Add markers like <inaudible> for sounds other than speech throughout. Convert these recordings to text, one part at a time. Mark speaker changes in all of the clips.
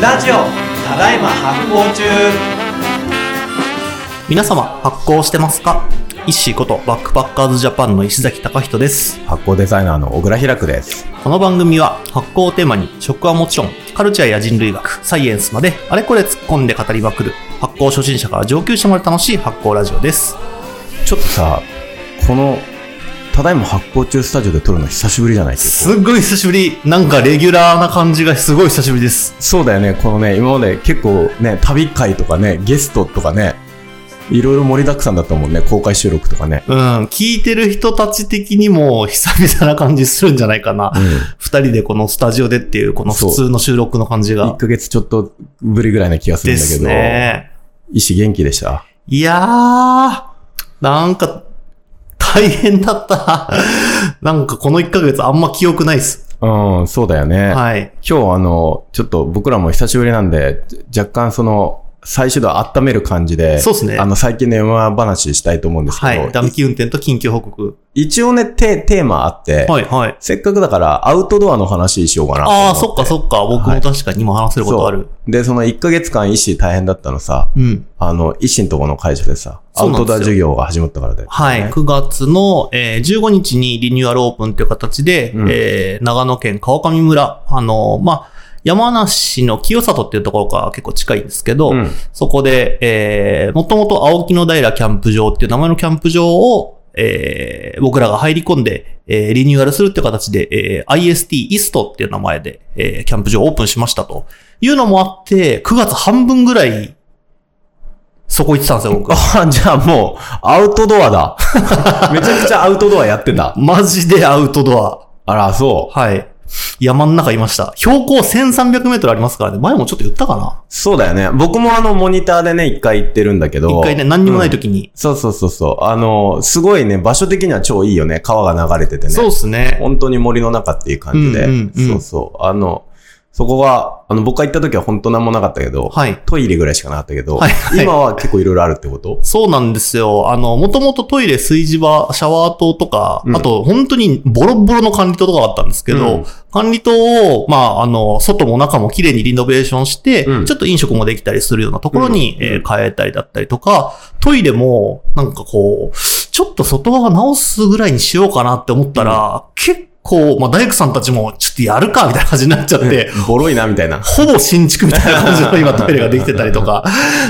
Speaker 1: ラジオただいま発行中
Speaker 2: 皆様発行してますかイッシーことバックパッカーズジャパンの石崎貴人です
Speaker 3: 発行デザイナーの小倉ひらくです。
Speaker 2: この番組は発行をテーマに食はもちろんカルチャーや人類学サイエンスまであれこれ突っ込んで語りまくる発行初心者から上級者まで楽しい発行ラジオです
Speaker 3: ちょっとさ、この、ただいま発行中スタジオで撮るの久しぶりじゃない結構
Speaker 2: すっごい久しぶりなんかレギュラーな感じがすごい久しぶりです
Speaker 3: そうだよね、このね、今まで結構ね、旅会とかね、ゲストとかね、いろいろ盛りだくさんだったもんね、公開収録とかね。
Speaker 2: うん聞いてる人たち的にも久々な感じするんじゃないかな
Speaker 3: うん。
Speaker 2: 二人でこのスタジオでっていうこの普通の収録の感じ
Speaker 3: 1
Speaker 2: が
Speaker 3: ヶ月ちょっとぶりぐらいな気がする
Speaker 2: で
Speaker 3: んだけ
Speaker 2: す
Speaker 3: ど、
Speaker 2: ね
Speaker 3: 医師元気でした。
Speaker 2: いやー、なんか、大変だった。 <laughs> なんかこの1ヶ月あんま記憶ないっす。
Speaker 3: うん、そうだよね。
Speaker 2: はい。
Speaker 3: 今日あの、ちょっと僕らも久しぶりなんで、若干その、最初度温める感じで、
Speaker 2: そうっすね
Speaker 3: あの、最近の山話したいと思うんですけど、
Speaker 2: はい。ダムキ運転と緊急報告。
Speaker 3: 一応ね、テテーマあって、
Speaker 2: はい、はい。
Speaker 3: せっかくだからアウトドアの話しようかなと思
Speaker 2: あ
Speaker 3: て。
Speaker 2: あ、そっかそっか。僕も確かに今話せることある。
Speaker 3: そう。で、その1ヶ月間医師大変だったのさ、
Speaker 2: うん。
Speaker 3: あの、医師のとこの会社でさ、ア
Speaker 2: そう
Speaker 3: ウ
Speaker 2: なん
Speaker 3: ト
Speaker 2: ですよ
Speaker 3: ドア授業が始まったからで。
Speaker 2: はい。9月の、えー15日にリニューアルオープンという形で、
Speaker 3: うん
Speaker 2: えー長野県川上村、あのーまあ、山梨の清里っていうところから結構近いんですけど、
Speaker 3: うん
Speaker 2: そこで、えー、もともと青木の平キャンプ場っていう名前のキャンプ場を、えー、僕らが入り込んで、えー、リニューアルするっていう形で、えー、IST イストっていう名前で、えー、キャンプ場をオープンしましたと。いうのもあって、9月半分ぐらい、そこ行ってたんですよ、僕。
Speaker 3: あじゃあもう、アウトド
Speaker 2: <laughs>
Speaker 3: アだ。めちゃくちゃアウトドアやってた。
Speaker 2: マジでアウトドア。
Speaker 3: あら、そう。
Speaker 2: はい。山の中いました。標高1300メートルありますからね。前もちょっと言ったかな
Speaker 3: そうだよね。僕もあの、モニターでね、一回行ってるんだけど。
Speaker 2: 一回ね、何にもない時に。
Speaker 3: そうそうそうそう。あの、すごいね、場所的には超いいよね。川が流れててね。
Speaker 2: そうですね。
Speaker 3: 本当に森の中っていう感じで、
Speaker 2: うんうんうん
Speaker 3: そうそう。あの、そこが、あの、僕が行った時は本当なんもなかったけど、
Speaker 2: はい。
Speaker 3: トイレぐらいしかなかったけど、
Speaker 2: はいはい
Speaker 3: 今は結構いろいろあるってこと
Speaker 2: そうなんですよ。あの、もともとトイレ、炊事場、シャワー棟とか、
Speaker 3: うん
Speaker 2: あと、本当にボロッボロの管理棟とかがあったんですけど、
Speaker 3: うん
Speaker 2: 管理棟を、まあ、あの、外も中も綺麗にリノベーションして、
Speaker 3: うん
Speaker 2: ちょっと飲食もできたりするようなところに、
Speaker 3: うん
Speaker 2: えー変えたりだったりとか、トイレも、なんかこう、ちょっと外側直すぐらいにしようかなって思ったら、結構、まあ、大工さんたちも、ちょっとやるか、みたいな感じになっちゃって、
Speaker 3: ボロいな、みたいな。
Speaker 2: ほぼ新築みたいな感じの今トイレができてたりと
Speaker 3: <laughs>
Speaker 2: か、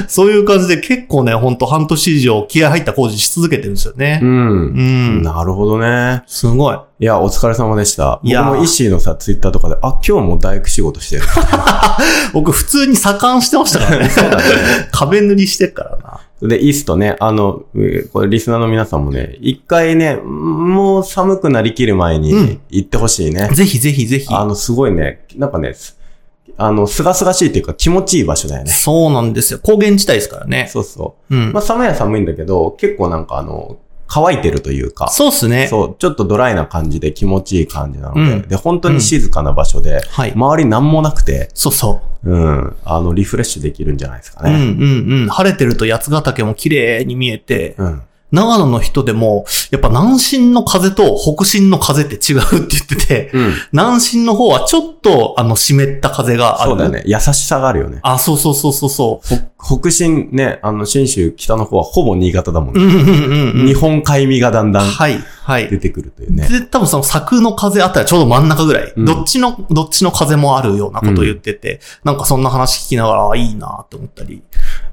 Speaker 2: そういう感じで結構ね、ほんと半年以上気合入った工事し続けてるんですよ
Speaker 3: う
Speaker 2: ね。
Speaker 3: ん。
Speaker 2: うん。
Speaker 3: なるほどね。
Speaker 2: すごい。
Speaker 3: いや、お疲れ様でした。
Speaker 2: い
Speaker 3: 僕
Speaker 2: や
Speaker 3: もイッシーのさ、ツイッターとかで、あ、今日も大工仕事してる。 <laughs>
Speaker 2: 僕普通に左官してましたからね。壁塗りしてっからな。
Speaker 3: で、イーストね、あの、うーこれリスナーの皆さんもね、一回ね、もう寒くなりきる前
Speaker 2: うん
Speaker 3: に行ってほしいね。
Speaker 2: ぜひぜひぜひ。
Speaker 3: あの、すごいね、なんかね、すあの、すがすがしいっていうか気持ちいい場所だよね。
Speaker 2: そうなんですよ。高原地帯ですからね。
Speaker 3: そうそうう。
Speaker 2: ん
Speaker 3: まあ、。寒いは寒いんだけど、結構なんかあの、乾いてるというか、
Speaker 2: そうっすね。
Speaker 3: そう、ちょっとドライな感じで気持ちいい感じなので、
Speaker 2: うん
Speaker 3: で、本当に静かな場所で、
Speaker 2: はい。
Speaker 3: 周り何もなくて、
Speaker 2: そうそ
Speaker 3: うん、あの、リフレッシュできるんじゃないですか
Speaker 2: う。うん
Speaker 3: ね。
Speaker 2: うんうん。晴れてると八ヶ岳も綺麗に見えて、
Speaker 3: うん。
Speaker 2: 長野の人でも、やっぱ南進の風と北進の風って違うって言ってて、
Speaker 3: うん。
Speaker 2: 南進の方はちょっと、あの、湿った風がある。
Speaker 3: そうだよね。優しさがあるよね。
Speaker 2: あ、そうそうそうそうそ
Speaker 3: ほ北進ね、あの、信州北の方はほぼ新潟だもん
Speaker 2: う。う
Speaker 3: ね。
Speaker 2: んうんうんうん。
Speaker 3: 日本海味がだんだん
Speaker 2: はい、はい。
Speaker 3: 出てくるというね。
Speaker 2: で、多分その柵の風あったらちょうど真ん中ぐらい。
Speaker 3: うん
Speaker 2: どっちの、どっちの風もあるようなことを言ってて、なんかそんな話聞きながら、あいいなって思ったり。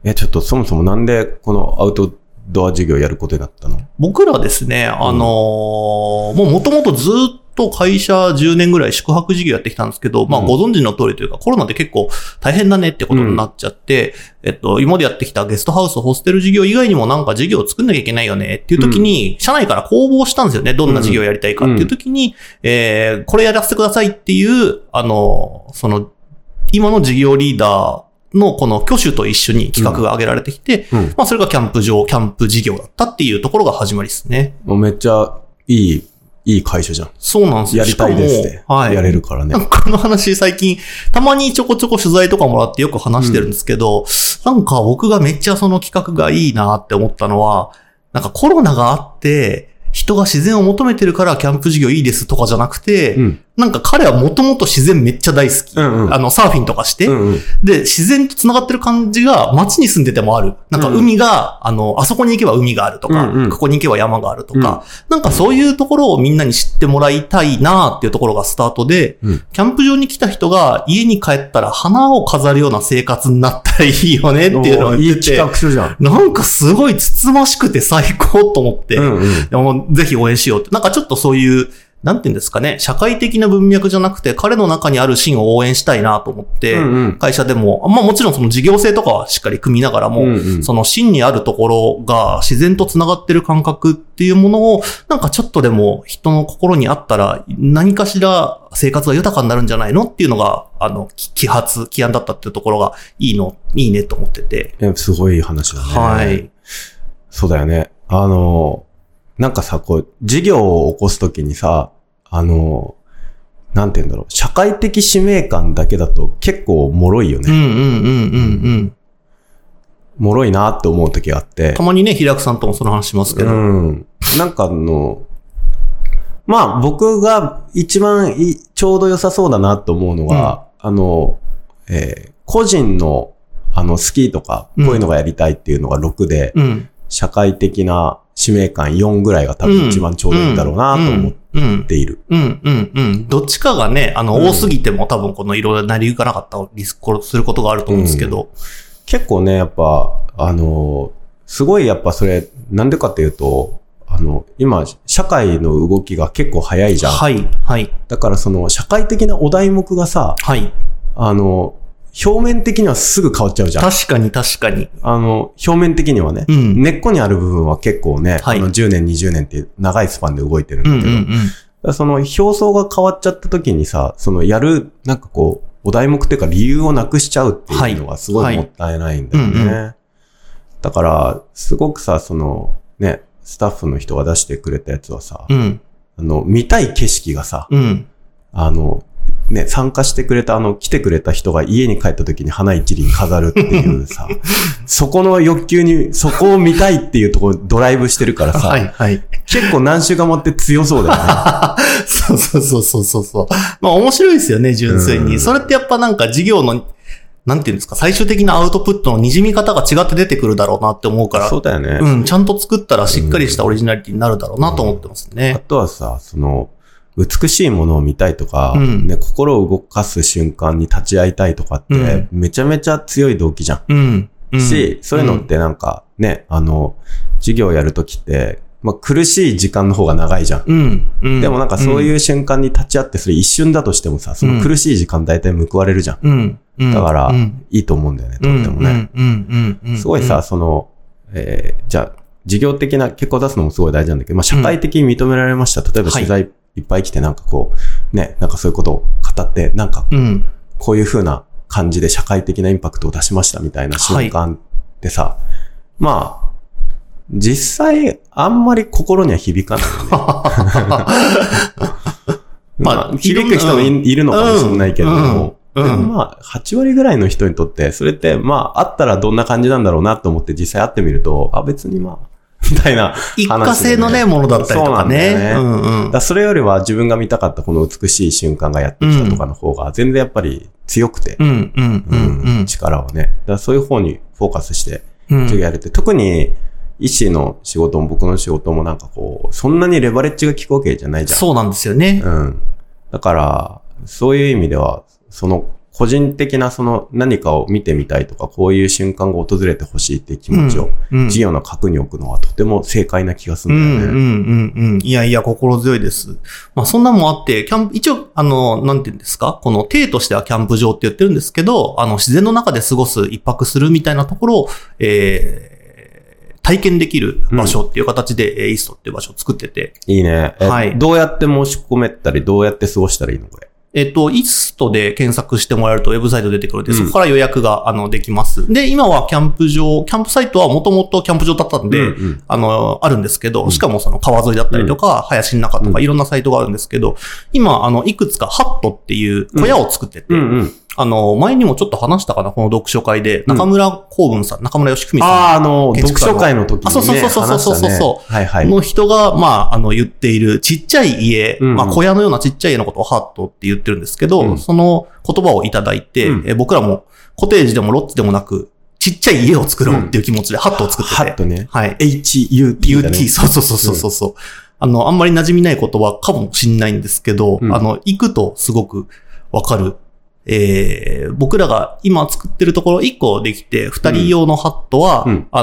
Speaker 3: え、ちょっとそもそもなんでこのアウトドア授業やることになったの
Speaker 2: 僕らはですね、あのーもう元々ずっと会社10年ぐらい宿泊事業やってきたんですけど、まあ
Speaker 3: うん
Speaker 2: ご存知の通りというか、コロナで結構大変だねってことになっちゃって、えっと、今までやってきたゲストハウス、ホステル事業以外にもなんか事業を作んなきゃいけないよねっていう時に、社内から公募したんですよね。どんな事業やりたいかっていう時に、えー、これやらせてくださいっていう、あのーその、今の事業リーダーのこの挙手と一緒に企画が挙げられてきて、
Speaker 3: うん。
Speaker 2: まあ、それがキャンプ場、キャンプ事業だったっていうところが始まりですね。
Speaker 3: もうめっちゃいい、いい会社じゃん。
Speaker 2: そうなんですよ。
Speaker 3: やりたいです
Speaker 2: し
Speaker 3: っ
Speaker 2: てか。もはい。
Speaker 3: やれるからね
Speaker 2: な。んかこの話最近、たまにちょこちょこ取材とかもらってよく話してるんですけど、なんか僕がめっちゃその企画がいいなって思ったのは、なんかコロナがあって、人が自然を求めてるからキャンプ事業いいですとかじゃなくて、
Speaker 3: うん。
Speaker 2: なんか彼はもともと自然めっちゃ大好き。
Speaker 3: うんうん
Speaker 2: あの、サーフィンとかして、
Speaker 3: うんうん。
Speaker 2: で、自然と繋がってる感じが街に住んでてもある。なんか
Speaker 3: うん
Speaker 2: 海が、あの、あそこに行けば海があるとか、
Speaker 3: うんうん
Speaker 2: ここに行けば山があるとか、なんかそういうところをみんなに知ってもらいたいなっていうところがスタートで、
Speaker 3: うん
Speaker 2: キャンプ場に来た人が家に帰ったら花を飾るような生活になったらいいよねっていうのを
Speaker 3: おーい
Speaker 2: 言っ
Speaker 3: い
Speaker 2: て
Speaker 3: 企
Speaker 2: て、
Speaker 3: 画書じゃん。
Speaker 2: なんかすごいつつましくて最高と思って、
Speaker 3: うんうん。
Speaker 2: でもぜひ応援しようって。なんかちょっとそういう、なんていうんですかね、社会的な文脈じゃなくて、彼の中にあるシーンを応援したいなと思って、
Speaker 3: うんうん
Speaker 2: 会社でも、まあもちろんその事業性とかはしっかり組みながらも、
Speaker 3: うんうん
Speaker 2: その芯にあるところが自然と繋がってる感覚っていうものを、なんかちょっとでも人の心にあったら、何かしら生活が豊かになるんじゃないのっていうのが、あの、き揮発、起案だったっていうところがいいの、いいねと思ってて。
Speaker 3: えすごいいい話だね。
Speaker 2: はい。
Speaker 3: そうだよね。あの、なんかさ、こう、事業を起こすときにさ、あの、なんて言うんだろう。社会的使命感だけだと結構脆いよ
Speaker 2: うん
Speaker 3: ね。
Speaker 2: うんうんうんうん。
Speaker 3: 脆いなって思うときがあって
Speaker 2: た。まにね、平久さんともその話しますけ
Speaker 3: う
Speaker 2: ど。
Speaker 3: ん。なんかあの、まあ僕が一番いいちょうど良さそうだなと思うのは、あの、えー個人のあのスキーとか、こういうのがやりたいっていうのが6で、
Speaker 2: うん。
Speaker 3: 社会的な使命感4ぐらいが多分一番ちょうどいいんだろうなと思っ
Speaker 2: うん。
Speaker 3: ている。
Speaker 2: うん、うん、うん。どっちかがね、あの、
Speaker 3: うん
Speaker 2: 多すぎても多分このいろいろなりゆかなかったリスクすることがあると思うんですけど。
Speaker 3: 結構ね、やっぱ、あの、すごいやっぱそれ、なんでかっていうと、あの、今、社会の動きが結構早いじゃん。
Speaker 2: はい、はい、
Speaker 3: だからその、社会的なお題目がさ、
Speaker 2: はい。
Speaker 3: あの、表面的にはすぐ変わっちゃうじゃん。
Speaker 2: 確かに確かに。
Speaker 3: あの、表面的にはね、
Speaker 2: うん
Speaker 3: 根っこにある部分は結構ね、
Speaker 2: はい
Speaker 3: あの10年、20年って長いスパンで動いてるん
Speaker 2: う
Speaker 3: だ
Speaker 2: ん、
Speaker 3: け
Speaker 2: うん、
Speaker 3: ど、
Speaker 2: う
Speaker 3: だからその表層が変わっちゃった時にさ、そのやる、なんかこう、お題目っていうか理由をなくしちゃうっていうのがすごいもったいないんだよね。
Speaker 2: はいは
Speaker 3: だから、すごくさ、その、ね、スタッフの人が出してくれたやつはさ、
Speaker 2: ん。うん、
Speaker 3: あの、見たい景色がさ、
Speaker 2: うん。
Speaker 3: あの、ね、参加してくれた、あの、来てくれた人が家に帰った時に花一輪飾るってい
Speaker 2: <laughs>
Speaker 3: うさ、そこの欲求に、そこを見たいっていうところドライブしてるからさ、
Speaker 2: はい、はい。
Speaker 3: 結構何週間待って強そうだよ
Speaker 2: <laughs>
Speaker 3: ね。
Speaker 2: そうそうそうそうそうそう。まあ面白いですよね、純粋
Speaker 3: うん
Speaker 2: に。それってやっぱなんか事業の、なんていうんですか、最終的なアウトプットの滲み方が違って出てくるだろうなって思うから、
Speaker 3: <laughs> そうだよね。
Speaker 2: うん、ちゃんと作ったらしっかりしたオリジナリティになるだろうなと思ってます
Speaker 3: あ
Speaker 2: ね。
Speaker 3: とはさ、その、美しいものを見たいとか、
Speaker 2: うん
Speaker 3: ね、心を動かす瞬間に立ち会いたいとかって、
Speaker 2: うん
Speaker 3: めちゃめちゃ強い動機じゃん。
Speaker 2: うん。うん
Speaker 3: し、そういうのってなんかね、あの、授業やるときって、まあ、苦しい時間の方が長いじゃん。
Speaker 2: うん。うん。
Speaker 3: でもなんかそういう瞬間に立ち会って、それ一瞬だとしてもさ、その苦しい時間大体報われるじゃん。
Speaker 2: うん、うん。
Speaker 3: だから
Speaker 2: うん。
Speaker 3: いいと思うんだよね、
Speaker 2: う
Speaker 3: と
Speaker 2: ん。
Speaker 3: ってもね。
Speaker 2: うん。うん。うん。
Speaker 3: すごいさ、、その、えーじゃあ、事業的な結果を出すのもすごい大事なんだけど、まあ社会的に認められました。例え
Speaker 2: は
Speaker 3: ば
Speaker 2: い
Speaker 3: 取材いっぱい来てなんかこう、ね、なんかそういうことを語って、なんか
Speaker 2: うん。
Speaker 3: こういう風な感じで社会的なインパクトを出しましたみたいな瞬間ってさ、まあ、実際あんまり心には響かないよね。まあ、
Speaker 2: まあ
Speaker 3: 響く人もい,、
Speaker 2: うん
Speaker 3: るのかもしれないけれども、
Speaker 2: うんうん
Speaker 3: でもまあ、8割ぐらいの人にとって、それって、まあ、あったらどんな感じなんだろうなと思って実際会ってみると、あ、別にまあ、 <laughs> みたいな話でね、
Speaker 2: 一過性のね、ものだったりとかね。
Speaker 3: そうなんだよね
Speaker 2: んうん
Speaker 3: だからそれよりは自分が見たかったこの美しい瞬間がやってきたとかの方が、全然やっぱり強くて、
Speaker 2: うんうんう
Speaker 3: うん
Speaker 2: ん
Speaker 3: 力はね。だからそういう方にフォーカスして、
Speaker 2: うん。
Speaker 3: 授業やれて、特に、医師の仕事も僕の仕事もなんかこう、そんなにレバレッジが効くわけじゃないじゃん。
Speaker 2: そうなんですよね。
Speaker 3: うん。だから、そういう意味では、その、個人的なその何かを見てみたいとか、こういう瞬間が訪れてほしいっていう気持ちを、
Speaker 2: うん
Speaker 3: 事業の核に置くのはとても正解な気がす
Speaker 2: う
Speaker 3: るん
Speaker 2: ん
Speaker 3: だ
Speaker 2: う
Speaker 3: よ
Speaker 2: ん
Speaker 3: ね。
Speaker 2: うんうん。いやいや、心強いです。まあそんなもんあって、キャンプ、一応、あの、なんて言うんですかこの、体としてはキャンプ場って言ってるんですけど、あの、自然の中で過ごす、一泊するみたいなところを、えー、体験できる場所っていう形で、えーイーストっていう場所を作ってて、
Speaker 3: いいね。え
Speaker 2: はい
Speaker 3: どうやって申し込めたり、どうやって過ごしたらいいのこれ。
Speaker 2: えっと、イーストで検索してもらえるとウェブサイト出てくるんで、
Speaker 3: うん
Speaker 2: そこから予約が、あの、できます。で、今はキャンプ場、キャンプサイトはもともとキャンプ場だったんで、
Speaker 3: うんうん
Speaker 2: あの、あるんですけど、しかもその川沿いだったりとか、林の中と
Speaker 3: う
Speaker 2: かいろんなサイトがあるんですけど、今、あの、いくつかハットっていう小屋を作ってて、
Speaker 3: うんうん。
Speaker 2: あの、前にもちょっと話したかな、この読書会で、
Speaker 3: うん
Speaker 2: 中村公文さん、中村義文さん。
Speaker 3: ああ、あの、
Speaker 2: 建
Speaker 3: 読
Speaker 2: 築家の
Speaker 3: 書会の時に、ね。
Speaker 2: あそうそうそうそう
Speaker 3: 話したね
Speaker 2: そうそう
Speaker 3: はいはい。
Speaker 2: の人が、まあ、あの、言っている、ちっちゃい家、
Speaker 3: うんうん
Speaker 2: まあ、小屋のようなちっちゃい家のことをハットって言ってるんですけど、
Speaker 3: うん
Speaker 2: その言葉をいただいて、
Speaker 3: うん
Speaker 2: え僕らも、コテージでもロッジでもなく、ちっちゃい家を作ろうっていう気持ちで、ハットを作ってて。
Speaker 3: ハッとね。
Speaker 2: はい。
Speaker 3: HUT だね。
Speaker 2: UT、そうそうそうそうそうそう。あの、あんまり馴染みない言葉かもしんないんですけど、
Speaker 3: うん
Speaker 2: あの、行くとすごくわかる。えー、僕らが今作ってるところ1個できて、2人用のハットは、
Speaker 3: うん
Speaker 2: あ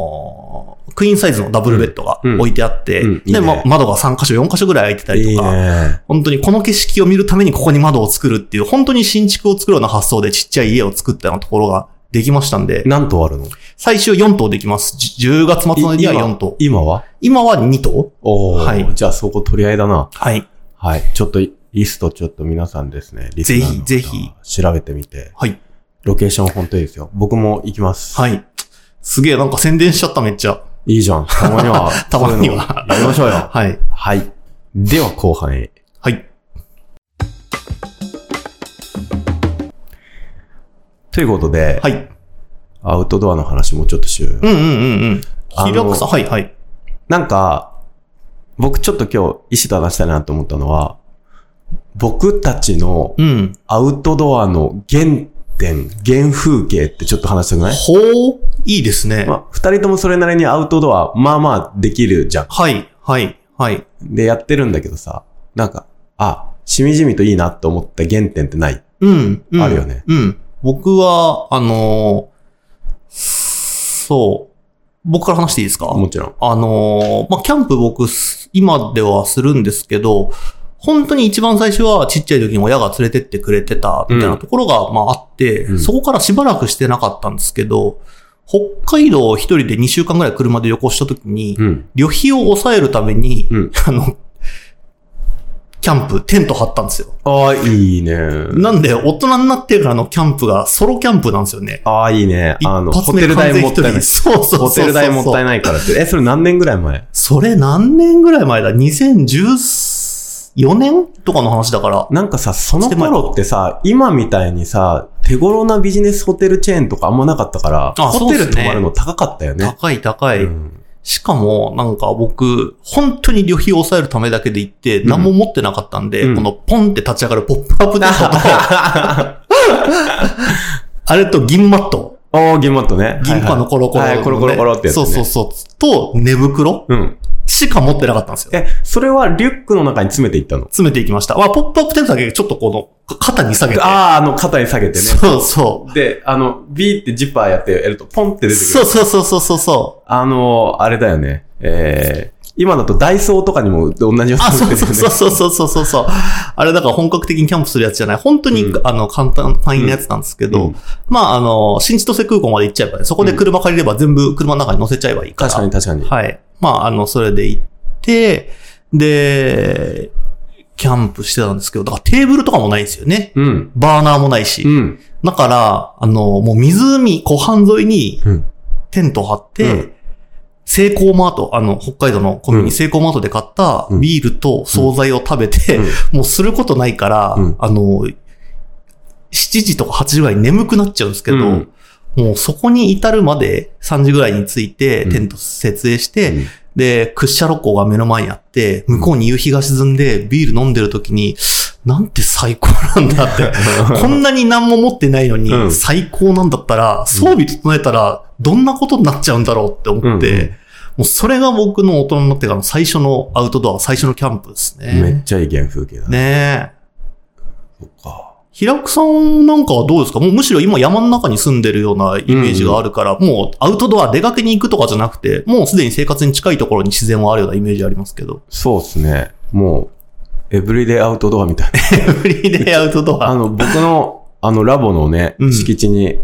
Speaker 2: のークイーンサイズのダブルベッドが
Speaker 3: うん
Speaker 2: 置いてあって、
Speaker 3: うんいい
Speaker 2: で、
Speaker 3: ね
Speaker 2: ま窓が3箇所、4箇所ぐらい開いてたり
Speaker 3: い
Speaker 2: と
Speaker 3: い
Speaker 2: か、
Speaker 3: ね。
Speaker 2: 本当にこの景色を見るためにここに窓を作るっていう、本当に新築を作るような発想でちっちゃい家を作ったようなところができましたんで、
Speaker 3: 何頭あるの
Speaker 2: 最終4棟できます。じ10月末のには4棟。
Speaker 3: 今は
Speaker 2: 今は2頭
Speaker 3: おお、
Speaker 2: はい
Speaker 3: じゃあそこ取り合いだな。
Speaker 2: はい。
Speaker 3: はい。ちょっと、リストちょっと皆さんですね。リスナーの方
Speaker 2: ぜひぜひ。
Speaker 3: 調べてみて。
Speaker 2: はい。
Speaker 3: ロケーション本当いいですよ。僕も行きます。
Speaker 2: はい。すげえ、なんか宣伝しちゃっためっちゃ。。
Speaker 3: い。いじゃん。たまには
Speaker 2: <laughs> たまには
Speaker 3: そういうのやりましょうよ。
Speaker 2: はい。
Speaker 3: はい。では後半へ。
Speaker 2: はい。
Speaker 3: ということで、
Speaker 2: はい。
Speaker 3: アウトドアの話もちょっとしようよ。
Speaker 2: うんうんうんうん。
Speaker 3: あの
Speaker 2: ひらくさん、はいはい。
Speaker 3: なんか、僕ちょっと今日、石と話したいなと思ったのは、僕たちの
Speaker 2: うん。
Speaker 3: アウトドアの原点、原風景ってちょっと話したくない
Speaker 2: ほう、いいですね。
Speaker 3: まあ、二人ともそれなりにアウトドア、まあまあできるじゃん。
Speaker 2: はい、はい、はい。
Speaker 3: で、やってるんだけどさ、なんか、あ、しみじみといいなと思った原点ってない
Speaker 2: うん、うん。
Speaker 3: あるよね。
Speaker 2: うん。僕は、あのーそう。僕から話していいですか
Speaker 3: もちろん。
Speaker 2: あのーまあ、キャンプ僕す、今ではするんですけど、本当に一番最初はちっちゃい時に親が連れてってくれてたみたいなところが、まあ、あって、
Speaker 3: うん
Speaker 2: そこからしばらくしてなかったんですけど、北海道を一人で2週間ぐらい車で旅行した時に、
Speaker 3: うん。
Speaker 2: 旅費を抑えるために、
Speaker 3: うん
Speaker 2: あの、キャンプ、テント張ったんですよ。
Speaker 3: ああ、いいね。
Speaker 2: なんで、大人になってからのキャンプがソロキャンプなんですよね。
Speaker 3: ああ、いいね。
Speaker 2: 一
Speaker 3: あの、ホ
Speaker 2: 発
Speaker 3: テ
Speaker 2: 目
Speaker 3: ル代
Speaker 2: 完全
Speaker 3: も
Speaker 2: 一
Speaker 3: っ
Speaker 2: 人
Speaker 3: たいない。
Speaker 2: そうそうそうそう。
Speaker 3: ホテル代もったいないからって。え、それ何年ぐらい前
Speaker 2: それ何年ぐらい前だ ?2014 年とかの話だから。
Speaker 3: なんかさ、その頃ってさ、今みたいにさ、手頃なビジネスホテルチェーンとかあんまなかったから、
Speaker 2: あ
Speaker 3: ホ
Speaker 2: そう
Speaker 3: テ
Speaker 2: っ
Speaker 3: ル
Speaker 2: すね
Speaker 3: 泊まるの高かったよね。
Speaker 2: 高い高い。
Speaker 3: うん
Speaker 2: しかも、なんか僕、本当に旅費を抑えるためだけで行って、
Speaker 3: ん
Speaker 2: 何も持ってなかったんで、
Speaker 3: うん
Speaker 2: このポンって立ち上がるポップアップテントと、
Speaker 3: <laughs>
Speaker 2: あれと銀マット。
Speaker 3: おー、銀マットね。
Speaker 2: 銀貨のコロコロ、
Speaker 3: はいはいはい、コロコロコロってやつ、
Speaker 2: そ
Speaker 3: ね。
Speaker 2: うそうそう。と、寝袋
Speaker 3: うん。
Speaker 2: しか持ってなかったんですよ。
Speaker 3: え、それはリュックの中に詰めていったの
Speaker 2: 詰めていきました。まあ、ポップアップテントだけちょっとこの、肩に下げて。
Speaker 3: ああ、あの、肩に下げてね。
Speaker 2: そうそう。
Speaker 3: で、あの、ビーってジッパーやってやると、ポンって出てくる。
Speaker 2: そうそうそうそうそうそう。
Speaker 3: あの、あれだよね。えー、今だとダイソーとかにも同じやつ
Speaker 2: あ、
Speaker 3: 売っ
Speaker 2: そ
Speaker 3: て
Speaker 2: う
Speaker 3: るよ
Speaker 2: そう
Speaker 3: ね。
Speaker 2: そうそうそうそうそうあれだから本格的にキャンプするやつじゃない。本当に、
Speaker 3: う
Speaker 2: あの、簡単、単位のやつなんですけど、
Speaker 3: うん
Speaker 2: まあ、あの、新千歳空港まで行っちゃえばね、そこで車借りれば全部車の中に乗せちゃえばいいから。
Speaker 3: 確かに確かに。
Speaker 2: はい。まあ、あの、それで行って、で、キャンプしてたんですけど、だからテーブルとかもないんですよね。
Speaker 3: うん。
Speaker 2: バーナーもないし。
Speaker 3: うん。
Speaker 2: だから、あの、もう湖、湖畔沿いに
Speaker 3: うん。
Speaker 2: テント張っ
Speaker 3: う
Speaker 2: て、セイコーマート、あの、北海道のコンビ
Speaker 3: うん
Speaker 2: ニ、セイコーマートで買った
Speaker 3: うん
Speaker 2: ビールと惣菜を食べて、
Speaker 3: うん
Speaker 2: <laughs> もうすることないから、
Speaker 3: うん
Speaker 2: あの、7時とか8時ぐらいに眠くなっちゃうんですけど、
Speaker 3: うん
Speaker 2: もうそこに至るまで3時ぐらいに着いて、
Speaker 3: うん
Speaker 2: テント設営して、
Speaker 3: うん
Speaker 2: で、屈斜路港が目の前にあって、向こうに夕日が沈んで、ビール飲んでる時に、なんて最高なんだ
Speaker 3: <laughs>
Speaker 2: って、こんなに何も持ってないのに、
Speaker 3: うん
Speaker 2: 最高なんだったら、装備整えたら、どんなことになっちゃうんだろうって思って、
Speaker 3: うんうん
Speaker 2: もうそれが僕の大人になってからの最初のアウトドア、最初のキャンプです
Speaker 3: めっ
Speaker 2: ね。
Speaker 3: ちゃいい原風景
Speaker 2: ね
Speaker 3: だ。。
Speaker 2: え。
Speaker 3: そっか。
Speaker 2: 平久さんなんかはどうですかもうむしろ今山の中に住んでるようなイメージがあるから、もうアウトドア出かけに行くとかじゃなくて、もうすでに生活に近いところに自然はあるようなイメージありますけ
Speaker 3: <laughs>
Speaker 2: ど。
Speaker 3: そうですね。もう、エブリデイアウトドアみたいな。
Speaker 2: フリーでアウトド
Speaker 3: あ
Speaker 2: ア。
Speaker 3: の、僕の、あの、ラボのね、
Speaker 2: うん
Speaker 3: 敷地に、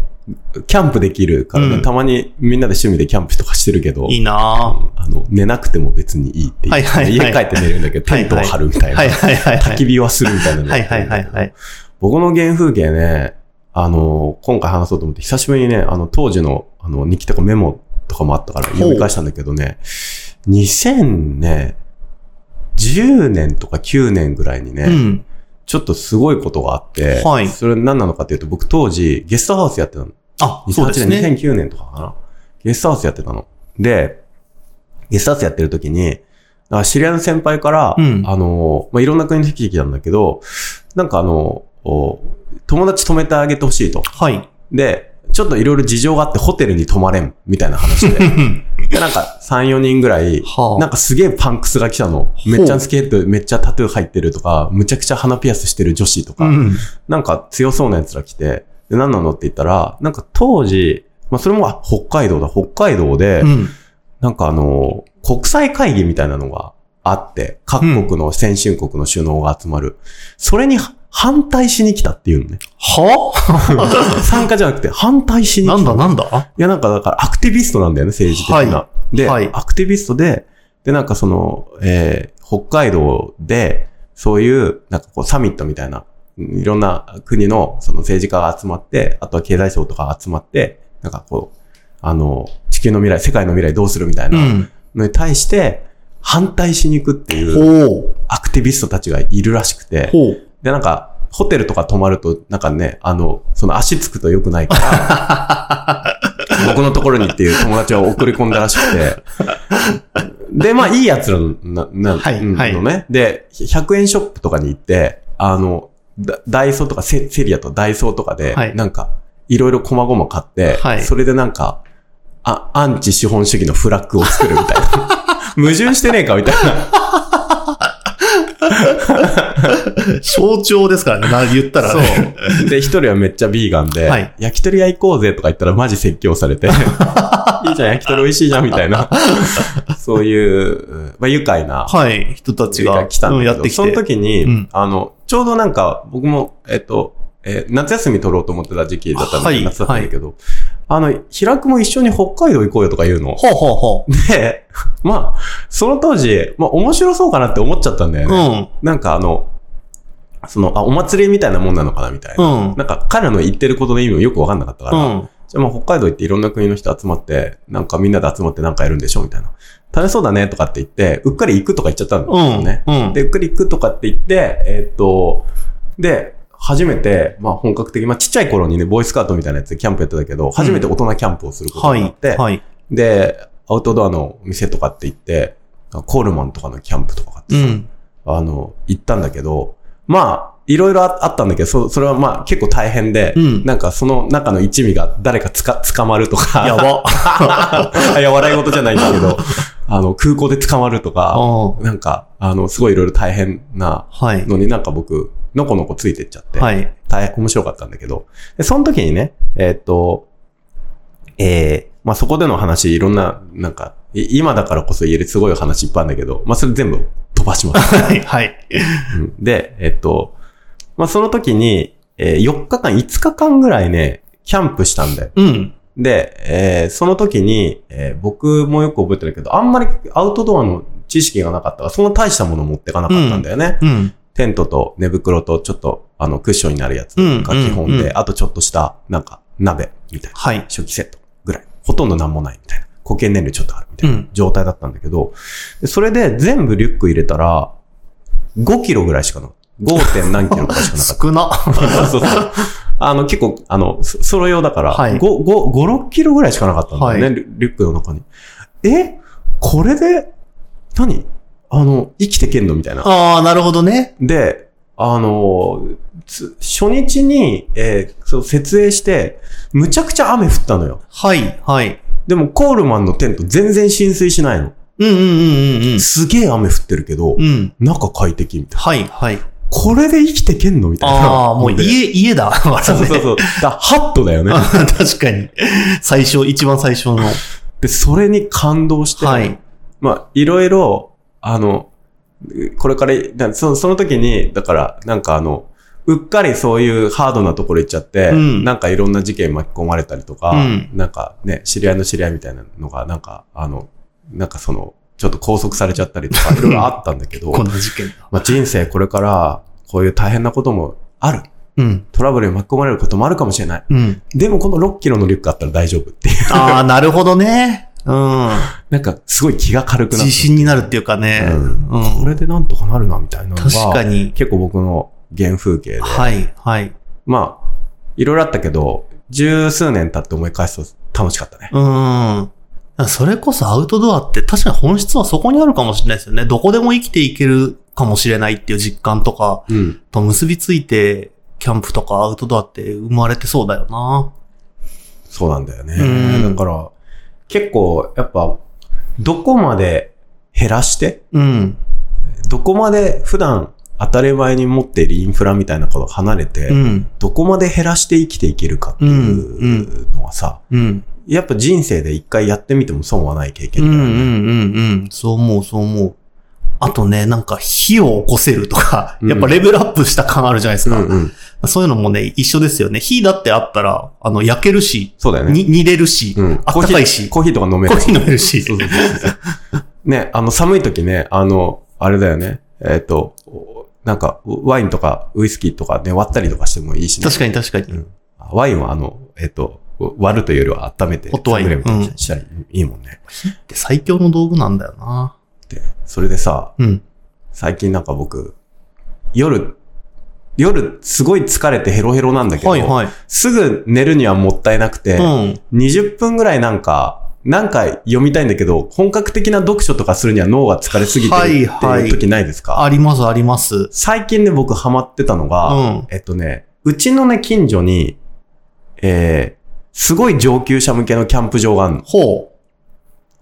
Speaker 3: キャンプできるからね、
Speaker 2: うん
Speaker 3: たまにみんなで趣味でキャンプとかしてるけど、
Speaker 2: いいな
Speaker 3: うんあの、寝なくても別にいいっていう。
Speaker 2: はいはいはい
Speaker 3: 家帰って寝るんだけど、
Speaker 2: はい
Speaker 3: テントを張るみた
Speaker 2: ぁ。
Speaker 3: いな。
Speaker 2: はいはいはいは
Speaker 3: 焚き
Speaker 2: い。
Speaker 3: 火はするみたいなの。
Speaker 2: はいはいはいはい。
Speaker 3: 僕の原風景ね、あの、今回話そうと思って、久しぶりにね、あの、当時の、あの、日記とかメモとかもあったから
Speaker 2: う
Speaker 3: 読み返したんだけどね、2000ね、10年とか9年ぐらいにね、
Speaker 2: うん。
Speaker 3: ちょっとすごいことがあって、
Speaker 2: はい
Speaker 3: それ何なのかっていうと、僕当時、ゲストハウスやってたの。
Speaker 2: あ、そうです
Speaker 3: 2008
Speaker 2: ね。
Speaker 3: 年、2009年とかかな。ゲストハウスやってたの。で、ゲストハウスやってる時に、あ知り合いの先輩から、
Speaker 2: うん
Speaker 3: あの、まあ、いろんな国の引き来たんだけど、なんかあの、お友達止めてあげてほしいと。
Speaker 2: はい。
Speaker 3: で、ちょっといろいろ事情があってホテルに泊まれん、みたいな
Speaker 2: <laughs>
Speaker 3: 話で。で、なんか3、4人ぐらい、
Speaker 2: はあ
Speaker 3: なんかすげえパンクスが来たの。めっちゃスケート、めっちゃタトゥー入ってるとか、むちゃくちゃ鼻ピアスしてる女子とか、
Speaker 2: うん。
Speaker 3: なんか強そうな奴ら来て、で、何なのって言ったら、なんか当時、まあそれも、あ北海道だ、北海道で、
Speaker 2: うん。
Speaker 3: なんかあの、国際会議みたいなのがあって、各国の先進国の首脳が集まる。それに反対しに来たっていうのね。
Speaker 2: は
Speaker 3: 参加じゃなくて反対しに来た。
Speaker 2: なんだなんだ
Speaker 3: いや、なんか、だから、アクティビストなんだよね、政治的な。
Speaker 2: は
Speaker 3: で、
Speaker 2: はい。
Speaker 3: アクティビストで、で、なんかその、えー北海道で、そういう、なんかこう、サミットみたいな、うんいろんな国の、その政治家が集まって、あとは経済省とかが集まって、なんかこう、あの、地球の未来、世界の未来どうするみたいうなんのに対して、反対しに行くっていう、
Speaker 2: ほう。
Speaker 3: アクティビストたちがいるらしくて、
Speaker 2: ほう。
Speaker 3: で、なんか、ホテルとか泊まると、なんかね、あの、その足つくと良くない
Speaker 2: <laughs>
Speaker 3: から、僕のところにっていう友達を送り込んだらしくて。で、まあ、いい奴らの、な、な、
Speaker 2: はい
Speaker 3: うん
Speaker 2: はい
Speaker 3: のね。で、100円ショップとかに行って、あの、ダダイソーとかセ、セリアとかダイソーとかで、
Speaker 2: はい
Speaker 3: なんか、いろいろ細々買って、
Speaker 2: はい
Speaker 3: それでなんか、あ、アンチ資本主義のフラッグを作るみた
Speaker 2: <laughs>
Speaker 3: いな。矛盾してねえかみたいな。
Speaker 2: 象徴ですからね、な言ったらね。
Speaker 3: で、一人はめっちゃビーガンで、
Speaker 2: はい
Speaker 3: 焼き鳥屋行こうぜとか言ったらマジ説教さ
Speaker 2: <laughs>
Speaker 3: れて、いいじゃん、焼き鳥美味しいじゃん、みたいな。そういう、まあ、愉快な、
Speaker 2: はい。人たちが、
Speaker 3: 来たん
Speaker 2: うん
Speaker 3: だ
Speaker 2: やっ
Speaker 3: けど、
Speaker 2: てき
Speaker 3: その
Speaker 2: て。
Speaker 3: 時に、
Speaker 2: うん
Speaker 3: あの、ちょうどなんか、僕も、えっと、えー夏休み取ろうと思ってた時期だったんだけ
Speaker 2: はい
Speaker 3: ど、夏だったんだけど、あの、平くも一緒に北海道行こうよとか言うの。
Speaker 2: ほうほうほう。
Speaker 3: で、 <laughs> まあ、その当時、まあ面白そうかなって思っちゃったんだよ
Speaker 2: う
Speaker 3: ね。
Speaker 2: ん。
Speaker 3: なんかあの、その、あ、お祭りみたいなもんなのかなみたいな。
Speaker 2: うん。
Speaker 3: なんか彼らの言ってることの意味もよくわかんなかったから、
Speaker 2: うん。
Speaker 3: じゃあまあ北海道行っていろんな国の人集まって、なんかみんなで集まってなんかやるんでしょみたいな。楽しそうだねとかって言って、うっかり行くとか言っちゃったんだ
Speaker 2: う
Speaker 3: よ
Speaker 2: ん。
Speaker 3: ね。
Speaker 2: うん。
Speaker 3: で、うっかり行くとかって言って、えーっと、で、初めて、まあ本格的、まあちっちゃい頃にね、ボーイスカートみたいなやつでキャンプやってたけど、初めて大人キャンプをすること
Speaker 2: は
Speaker 3: になって、
Speaker 2: い。はい。
Speaker 3: で、アウトドアの店とかって行って、コールマンとかのキャンプとかがあって
Speaker 2: う
Speaker 3: さ
Speaker 2: ん。
Speaker 3: あの、行ったんだけど、まあ、いろいろああったんだけど、そそれはまあ結構大変で、
Speaker 2: うん
Speaker 3: なんかその中の一味が誰かつか捕まるとか、
Speaker 2: やば。
Speaker 3: <laughs> いや、笑い事じゃないんだ
Speaker 2: <laughs>
Speaker 3: けど、あの、空港で捕まるとか、
Speaker 2: うん
Speaker 3: なんか、あの、すごいいろいろ大変な
Speaker 2: はい。
Speaker 3: のになんか僕、のこのこついてっちゃって、
Speaker 2: はい。
Speaker 3: 大変面白かったんだけど、で、その時にね、えーっと、えー、まあそこでの話、いろんな、なんか、い今だからこそ言えるすごい話いっぱいあるんだけど、まあそれ全部飛ばします。
Speaker 2: はい。はい。
Speaker 3: うん <laughs> で、えっと、まあ、その時に、えー4日間、5日間ぐらいね、キャンプしたんだよ。
Speaker 2: うん。
Speaker 3: で、えーその時に、えー僕もよく覚えてるけど、あんまりアウトドアの知識がなかったから、そんな大したもの持ってかなかったんだよね。
Speaker 2: うん。
Speaker 3: テントと寝袋とちょっと、あの、クッションになるやつ
Speaker 2: うん
Speaker 3: が基本で、
Speaker 2: うんうん
Speaker 3: あとちょっとした、なんか、鍋みたいな。
Speaker 2: はい。
Speaker 3: 初期セットぐらい。ほとんどなんもないみたいな。固形燃料ちょっとあるみたいうなん状態だったんだけど、でそれで全部リュック入れたら、5キロぐらいしかなかった。5. 点何キロとかしかなか
Speaker 2: 少
Speaker 3: っ
Speaker 2: な。
Speaker 3: た。そうそうそうあの、結構、あの、そソロ用だから、
Speaker 2: はい
Speaker 3: 5、5、5、6キロぐらいしかなかったんだよね、
Speaker 2: はい
Speaker 3: リュリュックの中に。えこれで、何あの、生きてけんのみたいな。
Speaker 2: ああ、なるほどね。
Speaker 3: で、あの、つ初日に、えーそう、設営して、むちゃくちゃ雨降ったのよ。
Speaker 2: はい。はい。
Speaker 3: でも、コールマンのテント全然浸水しないの。
Speaker 2: うんうんうんうん
Speaker 3: すげえ雨降ってるけど、
Speaker 2: うん。うん。
Speaker 3: 中快適みたいな。
Speaker 2: はい。はい。
Speaker 3: これで生きてけんのみたいな。
Speaker 2: ああ、もう
Speaker 3: で
Speaker 2: 家、家だ。そう
Speaker 3: そうそうそう。だハットだよね。
Speaker 2: 確かに。最初、一番最初の。
Speaker 3: で、それに感動して、
Speaker 2: はい。
Speaker 3: まあ、いろいろ、あの、これから、だそのその時に、だから、なんかあの、うっかりそういうハードなところ行っちゃって、
Speaker 2: うん
Speaker 3: なんかいろんな事件巻き込まれたりとか、
Speaker 2: うん
Speaker 3: なんかね、知り合いの知り合いみたいなのが、なんか、あの、なんかその、ちょっと拘束されちゃったりとか、いろいろあったんだけ
Speaker 2: <laughs>
Speaker 3: ど、
Speaker 2: こんな事件だ。
Speaker 3: まあ、人生これから、こういう大変なこともある。
Speaker 2: うん。
Speaker 3: トラブルに巻き込まれることもあるかもしれない。
Speaker 2: うん。
Speaker 3: でもこの6キロのリュックあったら大丈夫っていう。
Speaker 2: ああ、なるほどね。うん。
Speaker 3: なんかすごい気が軽くなった。
Speaker 2: 自信になるっていうかね。
Speaker 3: う
Speaker 2: うんん。
Speaker 3: これでなんとかなるな、みたいなのが。
Speaker 2: 確かに。
Speaker 3: 結構僕の原風景で。
Speaker 2: はい、はい。
Speaker 3: まあ、いろいろあったけど、十数年経って思い返すと楽しかったね。
Speaker 2: うーん。それこそアウトドアって確かに本質はそこにあるかもしれないですよね。どこでも生きていけるかもしれないっていう実感とか
Speaker 3: うん。
Speaker 2: と結びついて、キャンプとかアウトドアって生まれてそうだよな。
Speaker 3: そうなんだよね。
Speaker 2: うん
Speaker 3: だから、結構、やっぱ、どこまで減らして、
Speaker 2: うん。
Speaker 3: どこまで普段当たり前に持っているインフラみたいなことを離れて、
Speaker 2: うん。
Speaker 3: どこまで減らして生きていけるかっていうのはさ、
Speaker 2: うん。
Speaker 3: やっぱ人生で一回やってみても損はない経
Speaker 2: うん。うん。う
Speaker 3: 験だよね。
Speaker 2: ん。うん。そう思う、そう思う。あとね、なんか火を起こせるとか、
Speaker 3: うん
Speaker 2: やっぱレベルアップした感あるじゃないですか。
Speaker 3: うんうん
Speaker 2: そういうのもね、一緒ですよね。火だってあったら、あの、焼けるし、
Speaker 3: そうだよね。
Speaker 2: に、煮れるし、
Speaker 3: うん
Speaker 2: あったかいし、コ
Speaker 3: コーヒーとか飲める
Speaker 2: ーヒー飲めるし。
Speaker 3: そうそうそうそう。ね、あの、寒い時ね、あの、あれだよね。えっ、と、おなんか、ワインとかウイスキーとかね、割ったりとかしてもいいし、ね、
Speaker 2: 確かに確かに。
Speaker 3: うんあワインはあの、えっ、と、割るというよりは温めて、
Speaker 2: ホットワイン
Speaker 3: スプレーみたいにしたり、いいもんね。
Speaker 2: って最強の道具なんだよな。
Speaker 3: で、それでさ、
Speaker 2: うん。
Speaker 3: 最近なんか僕、夜、夜すごい疲れてヘロヘロなんだけど、
Speaker 2: はいはい。
Speaker 3: すぐ寝るにはもったいなくて、
Speaker 2: うん。
Speaker 3: 20分ぐらいなんか、なんか読みたいんだけど、本格的な読書とかするには脳が疲れすぎてるって
Speaker 2: はいはい
Speaker 3: いう時ないですか、
Speaker 2: ありますあります。
Speaker 3: 最近ね、僕ハマってたの
Speaker 2: う
Speaker 3: が、
Speaker 2: ん。
Speaker 3: えっとね、うちのね、近所に、えー、すごい上級者向けのキャンプ場があるの。
Speaker 2: ほ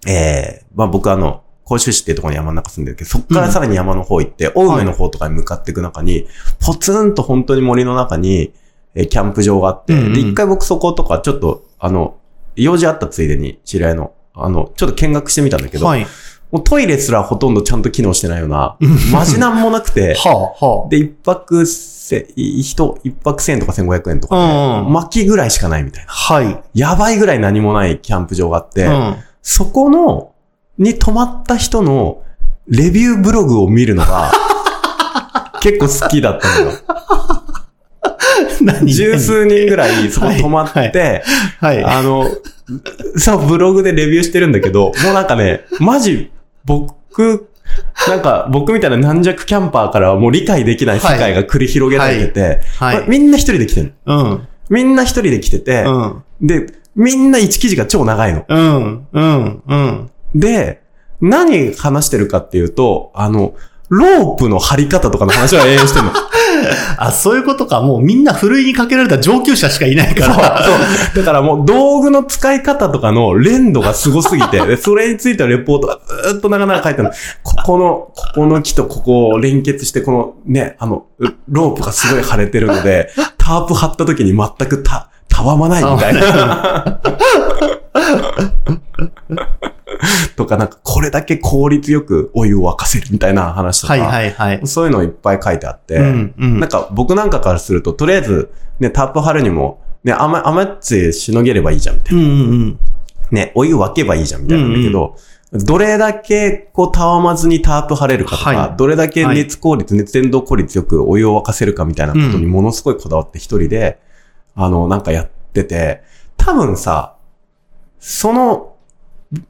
Speaker 3: えー、まあ僕あの、甲州市っていうところに山の中住んでるけど、そっからさらに山の方行って、青梅の方とかに向かっていく中に、ポツンと本当に森の中に、えーキャンプ場があって、
Speaker 2: うんうん
Speaker 3: で、一回僕そことかちょっと、あの、用事あったついでに、知り合いの、あの、ちょっと見学してみたんだけ
Speaker 2: う。
Speaker 3: ど、
Speaker 2: はい。
Speaker 3: もうトイレすらほとんどちゃんと機能してないような
Speaker 2: うん、
Speaker 3: マジなんもなくて、
Speaker 2: <laughs> はあ、は
Speaker 3: で、一泊せ、い人、一泊千円とか千五百円とか
Speaker 2: あ。うん。
Speaker 3: 薪ぐらいしかないみたいな。
Speaker 2: はい。
Speaker 3: やばいぐらい何もないキャンプ場があって、
Speaker 2: うん。
Speaker 3: そこの、に泊まった人のレビューブログを見る
Speaker 2: <laughs>
Speaker 3: のが、結構好きだったのよ。
Speaker 2: 何
Speaker 3: 十数人ぐらいそこ泊まって、
Speaker 2: はいはい。
Speaker 3: あの、さ、ブログでレビューしてるんだけど、もうなんかね、マジ、僕、なんか、僕みたいな軟弱キャンパーからはもう理解できない世界が繰り広げられてて、
Speaker 2: は
Speaker 3: まあ
Speaker 2: い。
Speaker 3: みんな一人で来てる
Speaker 2: うん。
Speaker 3: みんな一人で来てて
Speaker 2: う、ん。
Speaker 3: で、みんな一記事が超長いの。
Speaker 2: うん。うん。うん。
Speaker 3: で、何話してるかっていうと、あの、ロープの張り方とかの話は永遠し
Speaker 2: <laughs>
Speaker 3: てるの。
Speaker 2: あ、そういうことか。もうみんなふるいにかけられた上級者しかいないから。
Speaker 3: そう。だからもう道具の使い方とかの連度がすごすぎ
Speaker 2: <laughs>
Speaker 3: て、でそれについてはレポートがずーっと長々書いてあるの。ここの、ここの木とここを連結して、このね、あの、うロープがすごい腫れてるので、タープ張った時に全くた、たわまないみたいな。とか、なんか、これだけ効率よくお湯を沸かせるみたいな話とか、
Speaker 2: はいはいはい。
Speaker 3: そういうのいっぱい書いてあって、
Speaker 2: うん。うん
Speaker 3: なん。か僕なんかからすると、とりあえず、ね、タープ張るにも、ね、雨、雨つしのげればいいじゃん、みたい
Speaker 2: うんうん
Speaker 3: な。ね、お湯沸けばいいじゃん、みたいなんだけど、どれだけ、こう、たわまずにタープ張れるかとか、
Speaker 2: はい
Speaker 3: どれだけ熱効率、熱伝導効率よくお湯を沸かせるかみたいなことにものすごいこだわって一人で、あの、なんかやってて、多分さ、その、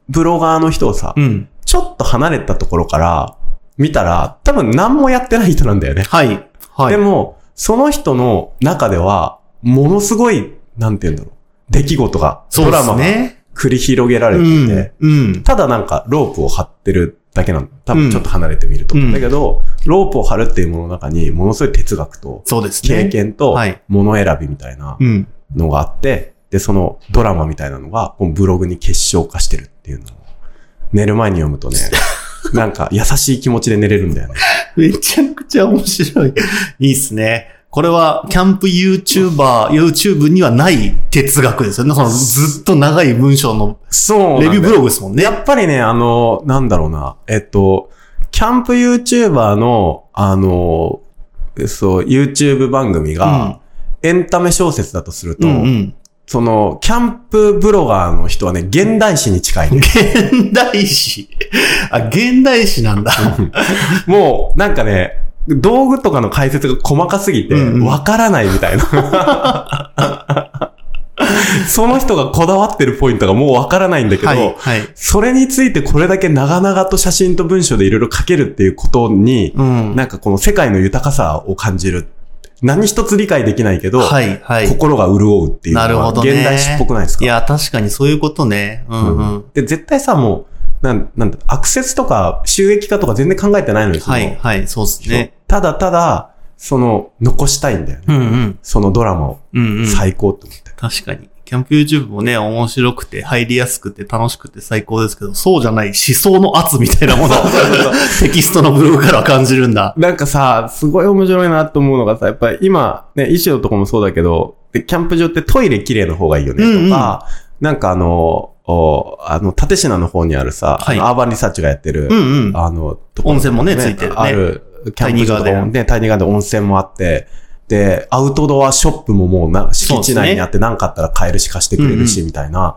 Speaker 3: ブロガーの人をさ、
Speaker 2: うん。うん。
Speaker 3: ちょっと離れたところから見たら、多分何もやってない人なんだよね。
Speaker 2: はい。はい。
Speaker 3: でも、その人の中では、ものすごい、なんて言うんだろう。出来事が、
Speaker 2: そう
Speaker 3: ド
Speaker 2: で
Speaker 3: ラ
Speaker 2: す
Speaker 3: マが
Speaker 2: ね。
Speaker 3: 繰り広げられ
Speaker 2: う
Speaker 3: てて、
Speaker 2: ん。うん。
Speaker 3: ただなんかロープを張ってるだけなの。多分ちょっと離れてみると。
Speaker 2: うん
Speaker 3: だけど、ロープを張るっていうものの中に、ものすごい哲学と、
Speaker 2: そうですね。
Speaker 3: 経験と
Speaker 2: はい、
Speaker 3: 物選びみたいな
Speaker 2: うん。
Speaker 3: のがあって、で、そのドラマみたいなのが、このブログに結晶化してるっていうのを、寝る前に読むと
Speaker 2: <laughs>
Speaker 3: ね、なんか優しい気持ちで寝れるんだよね。
Speaker 2: めちゃくちゃ面白い。いいっすね。これは、キャンプ YouTuber、YouTube にはない哲学ですよね。そのずっと長い文章の
Speaker 3: そう
Speaker 2: レビューブログですもんね。
Speaker 3: やっぱりね、あの、なんだろうな、えっと、キャンプ YouTuber の、あの、そう、YouTube 番組が、エンタメ小説だとする
Speaker 2: う
Speaker 3: と、
Speaker 2: んうん。
Speaker 3: その、キャンプブロガーの人はね、現代史に近いね。
Speaker 2: 現代史。あ、現代史なんだ。
Speaker 3: もう、なんかね、道具とかの解説が細かすぎて、
Speaker 2: うんうん
Speaker 3: わからないみ
Speaker 2: <laughs>
Speaker 3: たいな。その人がこだわってるポイントがもうわからないんだけど、
Speaker 2: はい。はい。
Speaker 3: それについてこれだけ長々と写真と文章でいろいろ書けるっていうことに、
Speaker 2: うん。
Speaker 3: なんかこの世界の豊かさを感じる何一つ理解できないけど、
Speaker 2: はい、はい。
Speaker 3: 心が潤うっていうのは
Speaker 2: なるほどね
Speaker 3: 現代史っぽくないですか
Speaker 2: いや、確かにそういうことね。うんうん。
Speaker 3: で、絶対さ、もう、なん、なんだ、アクセスとか収益化とか全然考えてないのよ、その
Speaker 2: はい、はい、そうですね。
Speaker 3: ただただ、その、残したいんだよね。
Speaker 2: うんうん。
Speaker 3: そのドラマを。
Speaker 2: うんうん。
Speaker 3: 最高って思って。
Speaker 2: 確かに。キャンプ YouTube もね、面白くて、入りやすくて、楽しくて最高ですけど、そうじゃない思想の圧みたいなものを、テキストのブログからは感じるんだ。
Speaker 3: なんかさ、すごい面白いなと思うのがさ、やっぱり今、ね、衣装とかもそうだけど、でキャンプ場ってトイレ綺麗な方がいいよね、
Speaker 2: うんうん
Speaker 3: とか、なんかあの、おあの、立品の方にあるさ、
Speaker 2: はい
Speaker 3: あのアーバンリサーチがやってる、
Speaker 2: うんうん。
Speaker 3: あの、と
Speaker 2: 温泉もねついてるね
Speaker 3: ある、キャンプ場と
Speaker 2: タイニーガ
Speaker 3: か
Speaker 2: ー
Speaker 3: もね、タイニーガーデン温泉もあって、で、アウトドアショップももうな、敷地内にあって何かあったら買えるし貸してくれる
Speaker 2: うん
Speaker 3: し、みたいな。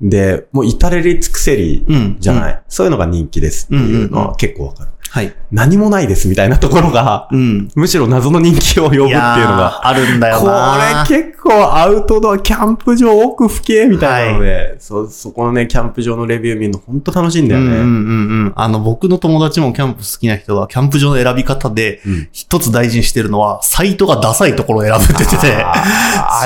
Speaker 3: で、もう至れり尽くせり
Speaker 2: うん。。
Speaker 3: じゃないい。そういうのが人気ですっていうの
Speaker 2: うんうんう
Speaker 3: は結構わかる。
Speaker 2: はい。
Speaker 3: 何もないですみたいなところが、 <laughs>
Speaker 2: うん。
Speaker 3: むしろ謎の人気を呼ぶっていうのが。
Speaker 2: やーあるんだよ
Speaker 3: こ
Speaker 2: な。
Speaker 3: れ結構アウトドア、キャンプ場奥深えみたいなので、そ、そこのね、キャンプ場のレビュー見るの本当楽しいんだよ
Speaker 2: うんうん
Speaker 3: ね。
Speaker 2: うんうん。あの、僕の友達もキャンプ好きな人は、キャンプ場の選び方で、
Speaker 3: うん
Speaker 2: 一つ大事にしてるのは、サイトがダサいところを選ぶって言ってて、
Speaker 3: あ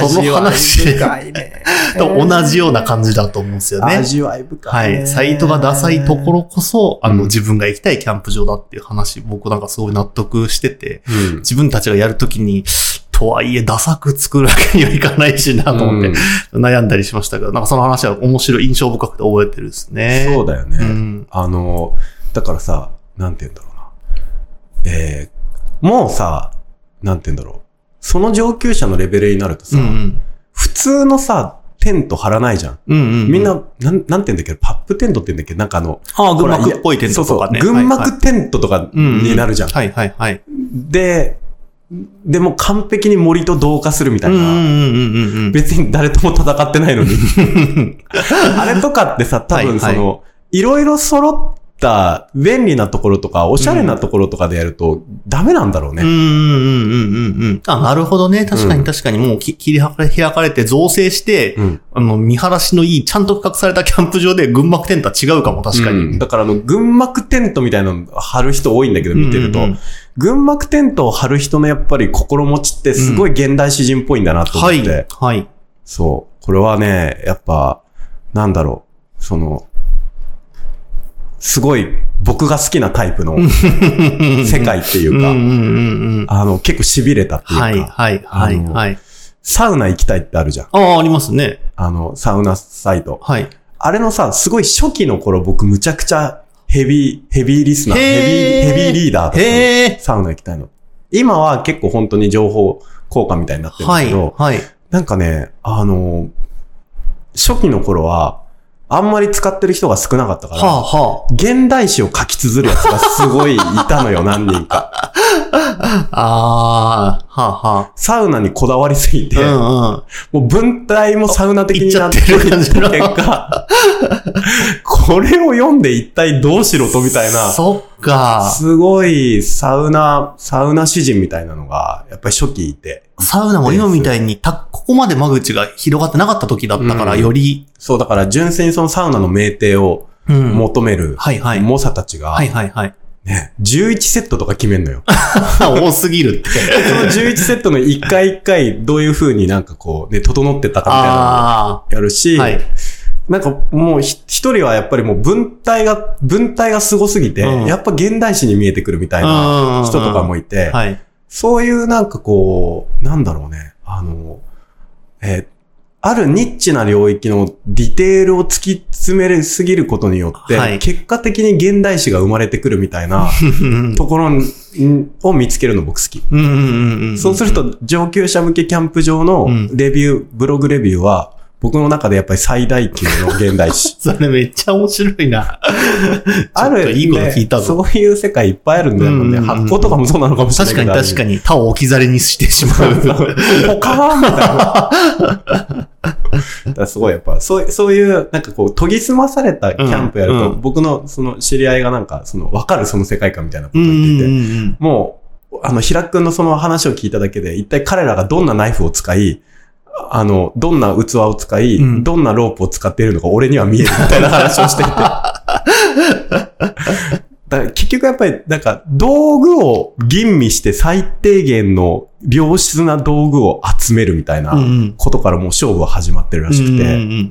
Speaker 3: ー
Speaker 2: その話
Speaker 3: 味わい深いね
Speaker 2: <laughs> と同じような感じだと思うんですよね。
Speaker 3: 味わい深
Speaker 2: はい
Speaker 3: ね、
Speaker 2: い。サイトがダサいところこそ、あ
Speaker 3: う
Speaker 2: の、
Speaker 3: ん
Speaker 2: 自分が行きたいキャンプ場だっていう話、僕なんかすごい納得してて、
Speaker 3: うん、
Speaker 2: 自分たちがやるときに、とはいえ、ダサく作るわけにはいかないしなと思って、悩んだりしましたけど、なんかその話は面白い、印象深くて覚えてるですね。
Speaker 3: そうだよね、
Speaker 2: うん。
Speaker 3: あの、だからさ、なんて言うんだろうな。えー、もうさ、なんて言うんだろう。その上級者のレベルになると
Speaker 2: う
Speaker 3: さ、
Speaker 2: んうん。
Speaker 3: 普通のさ、テント張らないじゃん。
Speaker 2: うんうん。
Speaker 3: みんな、、なん、なんて言うんだっけパップテントって言うんだっけなんかあの、
Speaker 2: ああ、群
Speaker 3: ほら
Speaker 2: 馬っぽいテントとかね。
Speaker 3: そうそう。群
Speaker 2: はいは
Speaker 3: 幕テントとか
Speaker 2: いうんう
Speaker 3: になるじゃん。
Speaker 2: はいはいはい。
Speaker 3: で、でも完璧に森と同化するみた
Speaker 2: う
Speaker 3: い
Speaker 2: んう
Speaker 3: な。
Speaker 2: んうんうんうん。
Speaker 3: 別に誰とも戦ってない
Speaker 2: <laughs>
Speaker 3: のに。あれとかってさ、多分そ
Speaker 2: はい
Speaker 3: の、いろいろ揃った便利なところとか、おしゃれなところとかでやると、ダメなんだろう
Speaker 2: う
Speaker 3: ね。
Speaker 2: んうんうんうんうん。あ、なるほどね。確か
Speaker 3: う
Speaker 2: に
Speaker 3: ん
Speaker 2: 確かに、もうき切り開かれて造成して、
Speaker 3: うん
Speaker 2: あの、見晴らしのいい、ちゃんと区画されたキャンプ場で群馬テントは違うかも、確かに。
Speaker 3: うんだからあの、群幕テントみたいなの張る人多いんだけど、見てると
Speaker 2: うんうんうん。
Speaker 3: 群幕テントを張る人のやっぱり心持ちってすごい現代詩人っぽいんだなと思っ
Speaker 2: は
Speaker 3: て。
Speaker 2: い。はい。
Speaker 3: そう。これはね、やっぱ、なんだろう。その、すごい僕が好きなタイ
Speaker 2: <laughs>
Speaker 3: プの世界っていううん
Speaker 2: う
Speaker 3: か、
Speaker 2: んうんうん。
Speaker 3: あの、結構痺れたっていうか、
Speaker 2: はい、はい、は
Speaker 3: あ
Speaker 2: い、
Speaker 3: の
Speaker 2: はい。
Speaker 3: サウナ行きたいってあるじゃん。
Speaker 2: ああ、ありますね。
Speaker 3: あの、サウナサイト。
Speaker 2: はい。
Speaker 3: あれのさ、すごい初期の頃僕むちゃくちゃヘビー、ヘビーリスナー、
Speaker 2: へ
Speaker 3: ヘ
Speaker 2: ー
Speaker 3: ビー、ヘビーリーダーだったの
Speaker 2: へえ。
Speaker 3: サウナ行きたいの。今は結構本当に情報交換みたいになってるんだ
Speaker 2: は
Speaker 3: け
Speaker 2: い、
Speaker 3: ど、
Speaker 2: はい。
Speaker 3: なんかね、あの、初期の頃は、あんまり使ってる人が少なかったか
Speaker 2: は
Speaker 3: ら、
Speaker 2: あ、は
Speaker 3: 現代史を書き綴るやつがすごいいたのよ、何
Speaker 2: <laughs>
Speaker 3: 人か。
Speaker 2: あ。ああ、はあ、はあ。
Speaker 3: サウナにこだわりすぎて、
Speaker 2: うんうん。
Speaker 3: もう文体もサウナ的になって
Speaker 2: いっちゃって
Speaker 3: る
Speaker 2: る感
Speaker 3: 結
Speaker 2: じの
Speaker 3: 果、これを読んで一体どうしろとみたいな、
Speaker 2: そっか。
Speaker 3: すごいサウナ、サウナ詩人みたいなのが、やっぱり初期いて。
Speaker 2: サウナも今みたいにた、ここまで間口が広がってなかった時だったから、
Speaker 3: うん
Speaker 2: より、
Speaker 3: そう、だから純粋にそのサウナの名帝を
Speaker 2: うん
Speaker 3: 求める、
Speaker 2: はいはい。
Speaker 3: 猛者たちが、
Speaker 2: はいはい
Speaker 3: <laughs>
Speaker 2: はい。
Speaker 3: ね、11セットとか決め
Speaker 2: <laughs>
Speaker 3: んのよ。
Speaker 2: 多すぎるって。
Speaker 3: その11セットの1回1回どういう風になんかこうね、整ってたかみたいなのを
Speaker 2: <laughs> あ
Speaker 3: やるし、
Speaker 2: あ。はい。
Speaker 3: なんかもうひ一人はやっぱりもう文体が、文体が凄すぎて、
Speaker 2: うん
Speaker 3: やっぱ現代史に見えてくるみたいな人とかも
Speaker 2: い
Speaker 3: いて、
Speaker 2: はい。
Speaker 3: そういうなんかこう、なんだろうね、あの、えーあるニッチな領域のディテールを突き詰めすぎることによって、
Speaker 2: はい
Speaker 3: 結果的に現代史が生まれてくるみたい
Speaker 2: <laughs>
Speaker 3: な
Speaker 2: うん
Speaker 3: ところにを見つけるの僕好き。
Speaker 2: うんうんうん。
Speaker 3: そうすると、上級者向けキャンプ場の
Speaker 2: うん。
Speaker 3: レビュー、ブログレビューは、僕の中でやっぱり最大級の現代史
Speaker 2: それめっちゃ面白いな。
Speaker 3: あ
Speaker 2: <laughs> ちょっと
Speaker 3: る
Speaker 2: いいこと聞いたぞ
Speaker 3: そういう世界いっぱいあるんだよ
Speaker 2: うんうん
Speaker 3: ね。
Speaker 2: うん
Speaker 3: 発酵とかもそうなのかもしれない
Speaker 2: 確かに確かに、他を置き去りにして <laughs> しまう。
Speaker 3: に。ポカーンみたいな。だからすごいやっぱ、そうそういう、なんかこう、研ぎ澄まされたキャンプやると、
Speaker 2: うんうん
Speaker 3: 僕のその知り合いがなんか、その、わかるその世界観みたいなこと
Speaker 2: うん
Speaker 3: を
Speaker 2: う
Speaker 3: 言って
Speaker 2: ん
Speaker 3: て、
Speaker 2: うん
Speaker 3: もう、あの、平くんのその話を聞いただけで、一体彼らがどんなナイフを使い、あの、どんな器を使い、
Speaker 2: うん
Speaker 3: ど
Speaker 2: <laughs>
Speaker 3: んなロープを使っているのか俺には見えるみたいな話をしていて。だから結局やっぱり、なんか、道具を吟味して最低限の良質な道具を集めるみたいな
Speaker 2: うんうん
Speaker 3: ことからもう勝負は始まってるらしくて、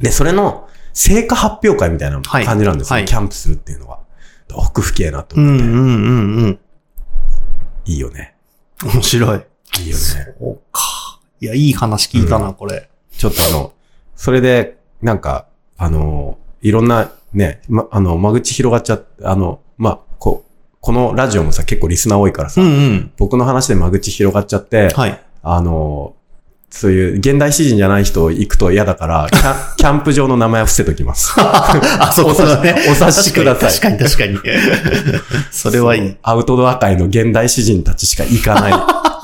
Speaker 3: で、それの成果発表会みたいな
Speaker 2: はい
Speaker 3: 感じなんです
Speaker 2: は
Speaker 3: よ。
Speaker 2: い
Speaker 3: キャンプするっていうのは。奥深いなと
Speaker 2: うんうん
Speaker 3: 思っ
Speaker 2: うんうんうん。
Speaker 3: て。いいよね。
Speaker 2: 面白い。
Speaker 3: いいよね。
Speaker 2: そうか。いや、いい話聞いたな、これ。
Speaker 3: ちょっとあの、それで、なんか、あの、いろんな、ね、ま、あの、間口広がっちゃって、あの、まあ、こう、このラジオもさ、結構リスナー多いからさ、
Speaker 2: うんうん。
Speaker 3: 僕の話で間口広がっちゃって、
Speaker 2: はい。
Speaker 3: あの、そういう現代詩人じゃない人行くと嫌だから、キャン <laughs> キャンプ場の名前を伏せとき
Speaker 2: <laughs>
Speaker 3: ます。
Speaker 2: あ、そうだね。
Speaker 3: お察しください
Speaker 2: 確かに確か <laughs> に。確かにそれはい
Speaker 3: そう
Speaker 2: い。
Speaker 3: アウトドア界の現代詩人たちしか
Speaker 2: <laughs>
Speaker 3: 行かない、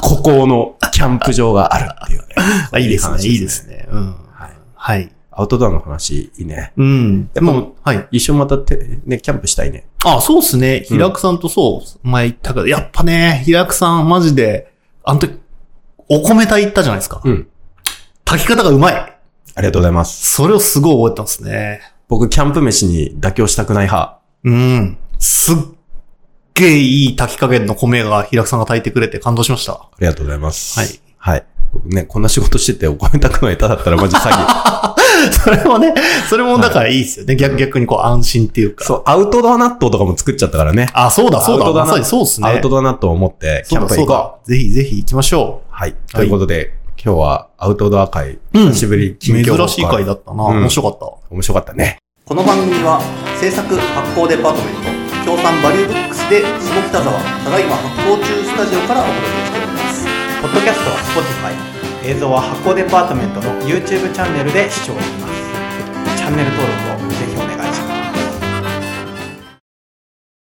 Speaker 3: 孤高のキャンプ場があるっていうね。
Speaker 2: あ、いいですね。
Speaker 3: 話
Speaker 2: いいですね。うん。
Speaker 3: はい
Speaker 2: はい。
Speaker 3: アウトドアの話、いいね。
Speaker 2: うん。
Speaker 3: で
Speaker 2: で
Speaker 3: も
Speaker 2: も、はい。
Speaker 3: 一緒またて、ね、キャンプしたいね。
Speaker 2: あ、そうっすね。平久さんとそう、前言ったけど、やっぱね、平久さん、マジで、あの時、お米炊いったじゃないですか。
Speaker 3: うん。
Speaker 2: 炊き方がうまい。
Speaker 3: ありがとうございます。
Speaker 2: それをすごい覚えてますね。
Speaker 3: 僕、キャンプ飯に妥協したくない派。
Speaker 2: うん。すっげえいい炊き加減の米が平久さんが炊いてくれて感動しました。 <laughs>
Speaker 3: ありがとうございます。
Speaker 2: はい。
Speaker 3: はい。僕ね、こんな仕事しててお米炊くの下手だったらマジ詐欺。
Speaker 2: それもね、それもだからいいですよね。逆逆にこう安心っていうか。
Speaker 3: <laughs> そう、アウトドア納豆とかも作っちゃったからね。
Speaker 2: あ、そうだそう
Speaker 3: アウ
Speaker 2: だ。
Speaker 3: トドア
Speaker 2: ま
Speaker 3: な
Speaker 2: さにそうですね。
Speaker 3: アウトドア納豆を持って、キ
Speaker 2: そう
Speaker 3: ャン
Speaker 2: だ
Speaker 3: プ
Speaker 2: そう
Speaker 3: 行こう。
Speaker 2: だ。ぜひぜひ行きましょ
Speaker 3: はい。ということで、今日はアウトドア会、
Speaker 2: う。うん
Speaker 3: 久しぶり、近
Speaker 2: 珍
Speaker 3: 況報告
Speaker 2: しい回だったな。
Speaker 3: うん
Speaker 2: 面白かった。
Speaker 3: 面白かったね。
Speaker 1: この番組は制作発行デパートメント協賛バリューブックスで下北沢ただいま発行中スタジオからお届けしておりますポッドキャストは Spotify 映像は発行デパートメントの YouTube チャンネルで視聴できますチャンネル登録を